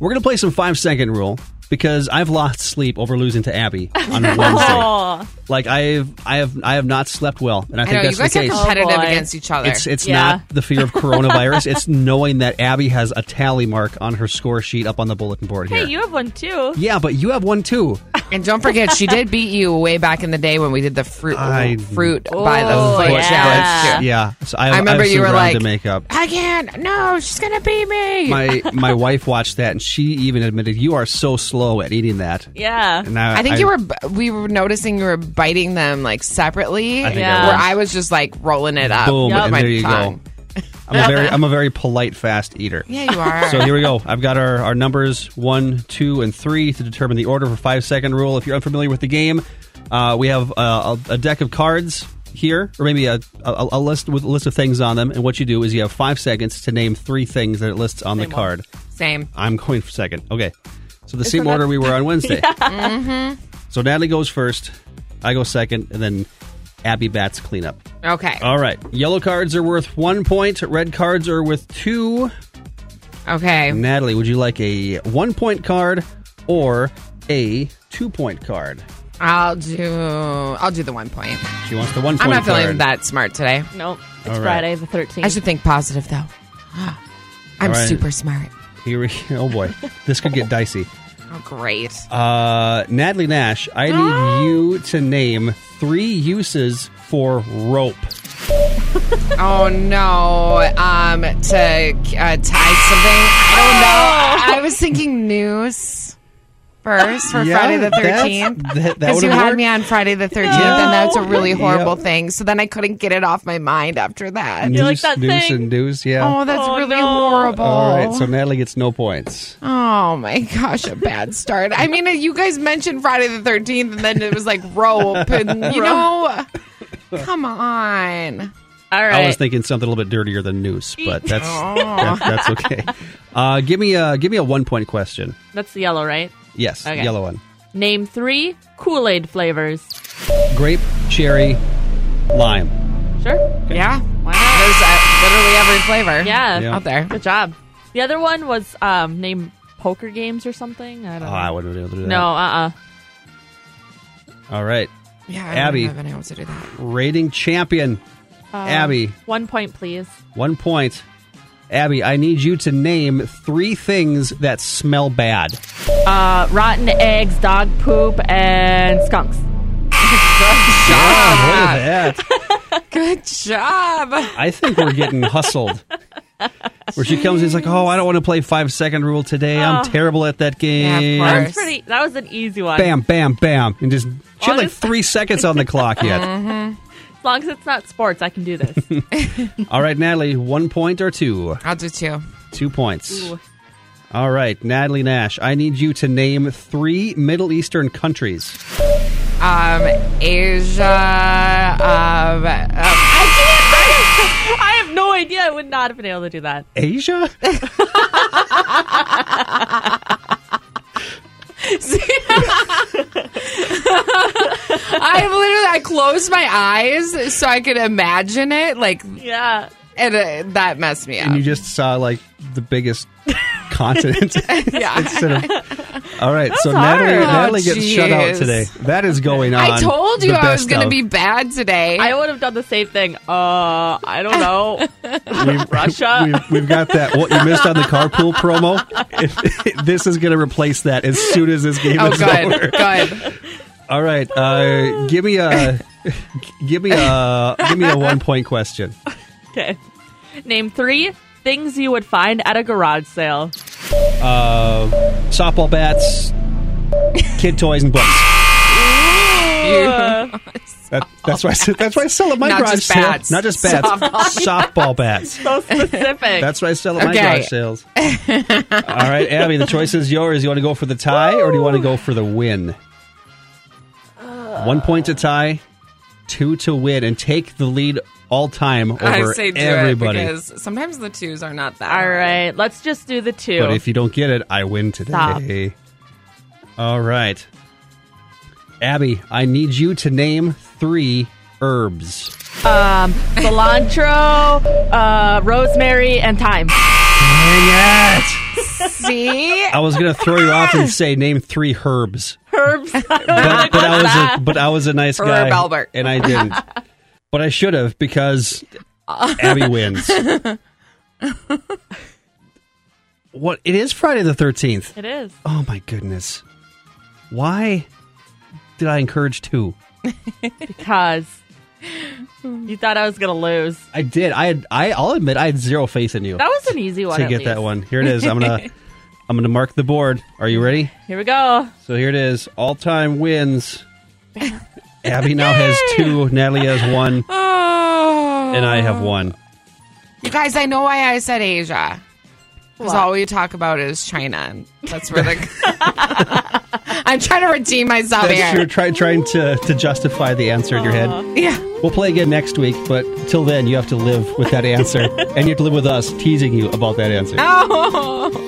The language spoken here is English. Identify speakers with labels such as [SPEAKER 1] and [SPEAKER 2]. [SPEAKER 1] We're going to play some five second rule because I've lost sleep over losing to Abby on Wednesday. like I've I have I have not slept well, and I
[SPEAKER 2] Oh. I
[SPEAKER 1] think
[SPEAKER 2] know you
[SPEAKER 1] that's the
[SPEAKER 2] guys are
[SPEAKER 1] case.
[SPEAKER 2] competitive
[SPEAKER 3] Oh, boy.
[SPEAKER 2] against each other.
[SPEAKER 1] It's it's
[SPEAKER 3] Yeah.
[SPEAKER 1] not the fear of coronavirus. it's knowing that Abby has a tally mark on her score sheet up on the bulletin board here.
[SPEAKER 3] Hey, you have one too.
[SPEAKER 1] yeah, but you have one too.
[SPEAKER 2] and don't forget, she did beat you way back in the day when we did the fruit
[SPEAKER 1] I-
[SPEAKER 2] fruit by the
[SPEAKER 3] Oh,
[SPEAKER 2] foot
[SPEAKER 3] yeah.
[SPEAKER 2] challenge. Too.
[SPEAKER 1] Yeah, so I,
[SPEAKER 2] I remember
[SPEAKER 1] I have
[SPEAKER 2] you
[SPEAKER 1] some
[SPEAKER 2] were
[SPEAKER 1] ground
[SPEAKER 2] like,
[SPEAKER 1] to make up.
[SPEAKER 2] I can't. No, she's gonna beat me.
[SPEAKER 1] My my wife watched that and she even admitted you are so slow at eating that.
[SPEAKER 3] Yeah.
[SPEAKER 1] And I,
[SPEAKER 2] I think you were. b- We were noticing you were biting them like separately.
[SPEAKER 1] I think
[SPEAKER 3] I
[SPEAKER 2] Where
[SPEAKER 3] was.
[SPEAKER 2] I was just like rolling it up.
[SPEAKER 1] boom,
[SPEAKER 2] with
[SPEAKER 1] and
[SPEAKER 2] my
[SPEAKER 1] there you
[SPEAKER 2] tongue.
[SPEAKER 1] go. I'm a very I'm a very polite fast eater.
[SPEAKER 2] Yeah, you are.
[SPEAKER 1] So here we go. I've got our, our numbers one, two, and three to determine the order for five second rule. If you're unfamiliar with the game, uh, we have uh, a, a deck of cards here, or maybe a, a, a list with a list of things on them. And what you do is you have five seconds to name three things that it lists on the card.
[SPEAKER 2] Same.
[SPEAKER 1] I'm going for second. Okay. So the same order we were on Wednesday. So Natalie goes first, I go second, and then Abby bats cleanup.
[SPEAKER 2] Okay.
[SPEAKER 1] All right. Yellow cards are worth one point. Red cards are worth two.
[SPEAKER 2] Okay.
[SPEAKER 1] Natalie, would you like a one point card or a two point card?
[SPEAKER 2] I'll do. I'll do the one point.
[SPEAKER 1] She wants the one point
[SPEAKER 2] I'm not
[SPEAKER 1] card.
[SPEAKER 2] feeling that smart today.
[SPEAKER 3] Nope. It's
[SPEAKER 1] All right.
[SPEAKER 3] Friday the 13th.
[SPEAKER 2] I should think positive though. I'm
[SPEAKER 1] All right.
[SPEAKER 2] super smart.
[SPEAKER 1] Here we, oh boy, this could get dicey.
[SPEAKER 2] Oh, great.
[SPEAKER 1] Uh, Natalie Nash, I need you to name three uses for rope.
[SPEAKER 2] Oh no. Um, to uh, tie something. I
[SPEAKER 1] Oh!
[SPEAKER 2] don't know. I was thinking noose first for
[SPEAKER 1] Yeah,
[SPEAKER 2] Friday the
[SPEAKER 1] that's-
[SPEAKER 2] 13th.
[SPEAKER 1] that- that
[SPEAKER 2] Because you
[SPEAKER 1] would've
[SPEAKER 2] had
[SPEAKER 1] worked.
[SPEAKER 2] me on Friday the 13th, and that's a really horrible thing. So then I couldn't get it off my mind after that.
[SPEAKER 1] Noose,
[SPEAKER 3] like that
[SPEAKER 1] noose,
[SPEAKER 3] thing?
[SPEAKER 1] and noose. Yeah.
[SPEAKER 2] Oh, that's
[SPEAKER 3] Oh,
[SPEAKER 2] really
[SPEAKER 3] no.
[SPEAKER 2] horrible.
[SPEAKER 1] All right. So Natalie gets no points.
[SPEAKER 2] oh my gosh, a bad start. I mean, you guys mentioned Friday the 13th, and then it was like rope, and you know, come on.
[SPEAKER 3] All right.
[SPEAKER 1] I was thinking something a little bit dirtier than noose, but that's
[SPEAKER 2] Oh.
[SPEAKER 1] that- that's okay. Uh, give me a give me a one point question.
[SPEAKER 3] That's the yellow, right?
[SPEAKER 1] Yes,
[SPEAKER 3] Okay.
[SPEAKER 1] yellow one.
[SPEAKER 3] Name three Kool Aid flavors.
[SPEAKER 1] Grape, cherry, lime.
[SPEAKER 3] Sure.
[SPEAKER 2] Yeah.
[SPEAKER 3] Why not?
[SPEAKER 2] There's uh, literally every flavor.
[SPEAKER 3] Yeah.
[SPEAKER 1] Yeah.
[SPEAKER 2] Out there.
[SPEAKER 3] Good job. The other one was um, name poker games or something. I don't
[SPEAKER 1] Oh,
[SPEAKER 3] know.
[SPEAKER 1] I wouldn't be able to do that.
[SPEAKER 3] no, uh uh
[SPEAKER 1] All right.
[SPEAKER 2] Yeah. I
[SPEAKER 1] Abby.
[SPEAKER 2] wouldn't have been able to do that.
[SPEAKER 1] Rating champion, Abby.
[SPEAKER 3] One point, please.
[SPEAKER 1] One point. Abby, I need you to name three things that smell bad.
[SPEAKER 3] Uh, rotten eggs, dog poop, and skunks.
[SPEAKER 1] Look at that.
[SPEAKER 2] Good job.
[SPEAKER 1] I think we're getting hustled. Where she comes in, it's like, oh, I don't want to play five second rule today. I'm terrible at that game.
[SPEAKER 2] Yeah, of
[SPEAKER 3] That's pretty. That was an easy one.
[SPEAKER 1] bam, bam, bam. And just, she had like
[SPEAKER 3] Honest-
[SPEAKER 1] three seconds on the clock yet.
[SPEAKER 3] As long as it's not sports, I can do this.
[SPEAKER 1] All right, Natalie, one point or two?
[SPEAKER 2] I'll do two.
[SPEAKER 1] Two points.
[SPEAKER 3] Ooh.
[SPEAKER 1] All right, Natalie Nash, I need you to name three Middle Eastern countries.
[SPEAKER 2] Um, Asia. Um, um,
[SPEAKER 3] I have no idea. I would not have been able to do that.
[SPEAKER 1] Asia?
[SPEAKER 2] I literally I closed my eyes so I could imagine it. Like,
[SPEAKER 3] Yeah.
[SPEAKER 2] and uh, that messed me up.
[SPEAKER 1] And you just saw like the biggest continent
[SPEAKER 2] yeah.
[SPEAKER 1] instead of. All right, so
[SPEAKER 3] hard.
[SPEAKER 1] Natalie,
[SPEAKER 3] Oh,
[SPEAKER 1] Natalie gets shut out
[SPEAKER 2] jeez.
[SPEAKER 1] today. That is going on.
[SPEAKER 2] I told you
[SPEAKER 1] the
[SPEAKER 2] I was
[SPEAKER 1] best
[SPEAKER 2] going to
[SPEAKER 1] of.
[SPEAKER 2] be bad today.
[SPEAKER 3] I would have done the same thing. Uh, I don't know.
[SPEAKER 1] We've-
[SPEAKER 3] Russia.
[SPEAKER 1] We've, we've got that. What you missed on the carpool promo. this is going to replace that as soon as this game
[SPEAKER 2] oh,
[SPEAKER 1] is over.
[SPEAKER 2] good. Good.
[SPEAKER 1] All right, uh, give me a, give me a, give me a one point question.
[SPEAKER 3] okay. Name three things you would find at a garage sale.
[SPEAKER 1] uh, softball bats, kid toys, and books.
[SPEAKER 3] Uh,
[SPEAKER 1] That, that's why I, said- that's why I sell at my
[SPEAKER 2] Not
[SPEAKER 1] garage
[SPEAKER 2] just
[SPEAKER 1] sale.
[SPEAKER 2] bats.
[SPEAKER 1] Not just bats, softball, bats.
[SPEAKER 3] so specific.
[SPEAKER 1] That's what I sell at my
[SPEAKER 2] Okay.
[SPEAKER 1] garage sales. All right, Abby, the choice is yours. You want to go for the tie or do you want to go for the win? One point to tie, two to win, and take the lead all time over
[SPEAKER 2] I say do
[SPEAKER 1] everybody.
[SPEAKER 2] it because sometimes the twos are not that.
[SPEAKER 3] All right. Let's just do the two.
[SPEAKER 1] But if you don't get it, I win today.
[SPEAKER 3] Stop.
[SPEAKER 1] All right. Abby, I need you to name three herbs.
[SPEAKER 3] um, cilantro, uh, rosemary, and thyme.
[SPEAKER 1] Dang it!
[SPEAKER 2] See?
[SPEAKER 1] I was gonna throw you off and say name three herbs,
[SPEAKER 3] Herbs.
[SPEAKER 1] but, but I was a, but I was a nice
[SPEAKER 2] Ah, Herb
[SPEAKER 1] guy,
[SPEAKER 2] Albert.
[SPEAKER 1] and I didn't. But I should have because Abby wins. what? It is Friday the thirteenth.
[SPEAKER 3] it is.
[SPEAKER 1] Oh my goodness! Why did I encourage two?
[SPEAKER 3] Because you thought I was going to lose.
[SPEAKER 1] I did. I had. I, I'll admit I had zero faith in you
[SPEAKER 3] That was an easy one.
[SPEAKER 1] to
[SPEAKER 3] at
[SPEAKER 1] get
[SPEAKER 3] least.
[SPEAKER 1] that one. Here it is. I'm gonna. I'm gonna mark the board. Are you ready?
[SPEAKER 3] Here we go.
[SPEAKER 1] So here it is. All time wins. Abby now has two. Natalie has one,
[SPEAKER 2] Oh.
[SPEAKER 1] and I have one.
[SPEAKER 2] You guys, I know why I said Asia. Because
[SPEAKER 3] What?
[SPEAKER 2] all we talk about is China. That's where the. I'm trying to redeem myself
[SPEAKER 1] That's true.
[SPEAKER 2] here.
[SPEAKER 1] Try, trying to, to justify the answer in your head.
[SPEAKER 2] Yeah.
[SPEAKER 1] We'll play again next week, but till then, you have to live with that answer, and you have to live with us teasing you about that answer.
[SPEAKER 2] Oh.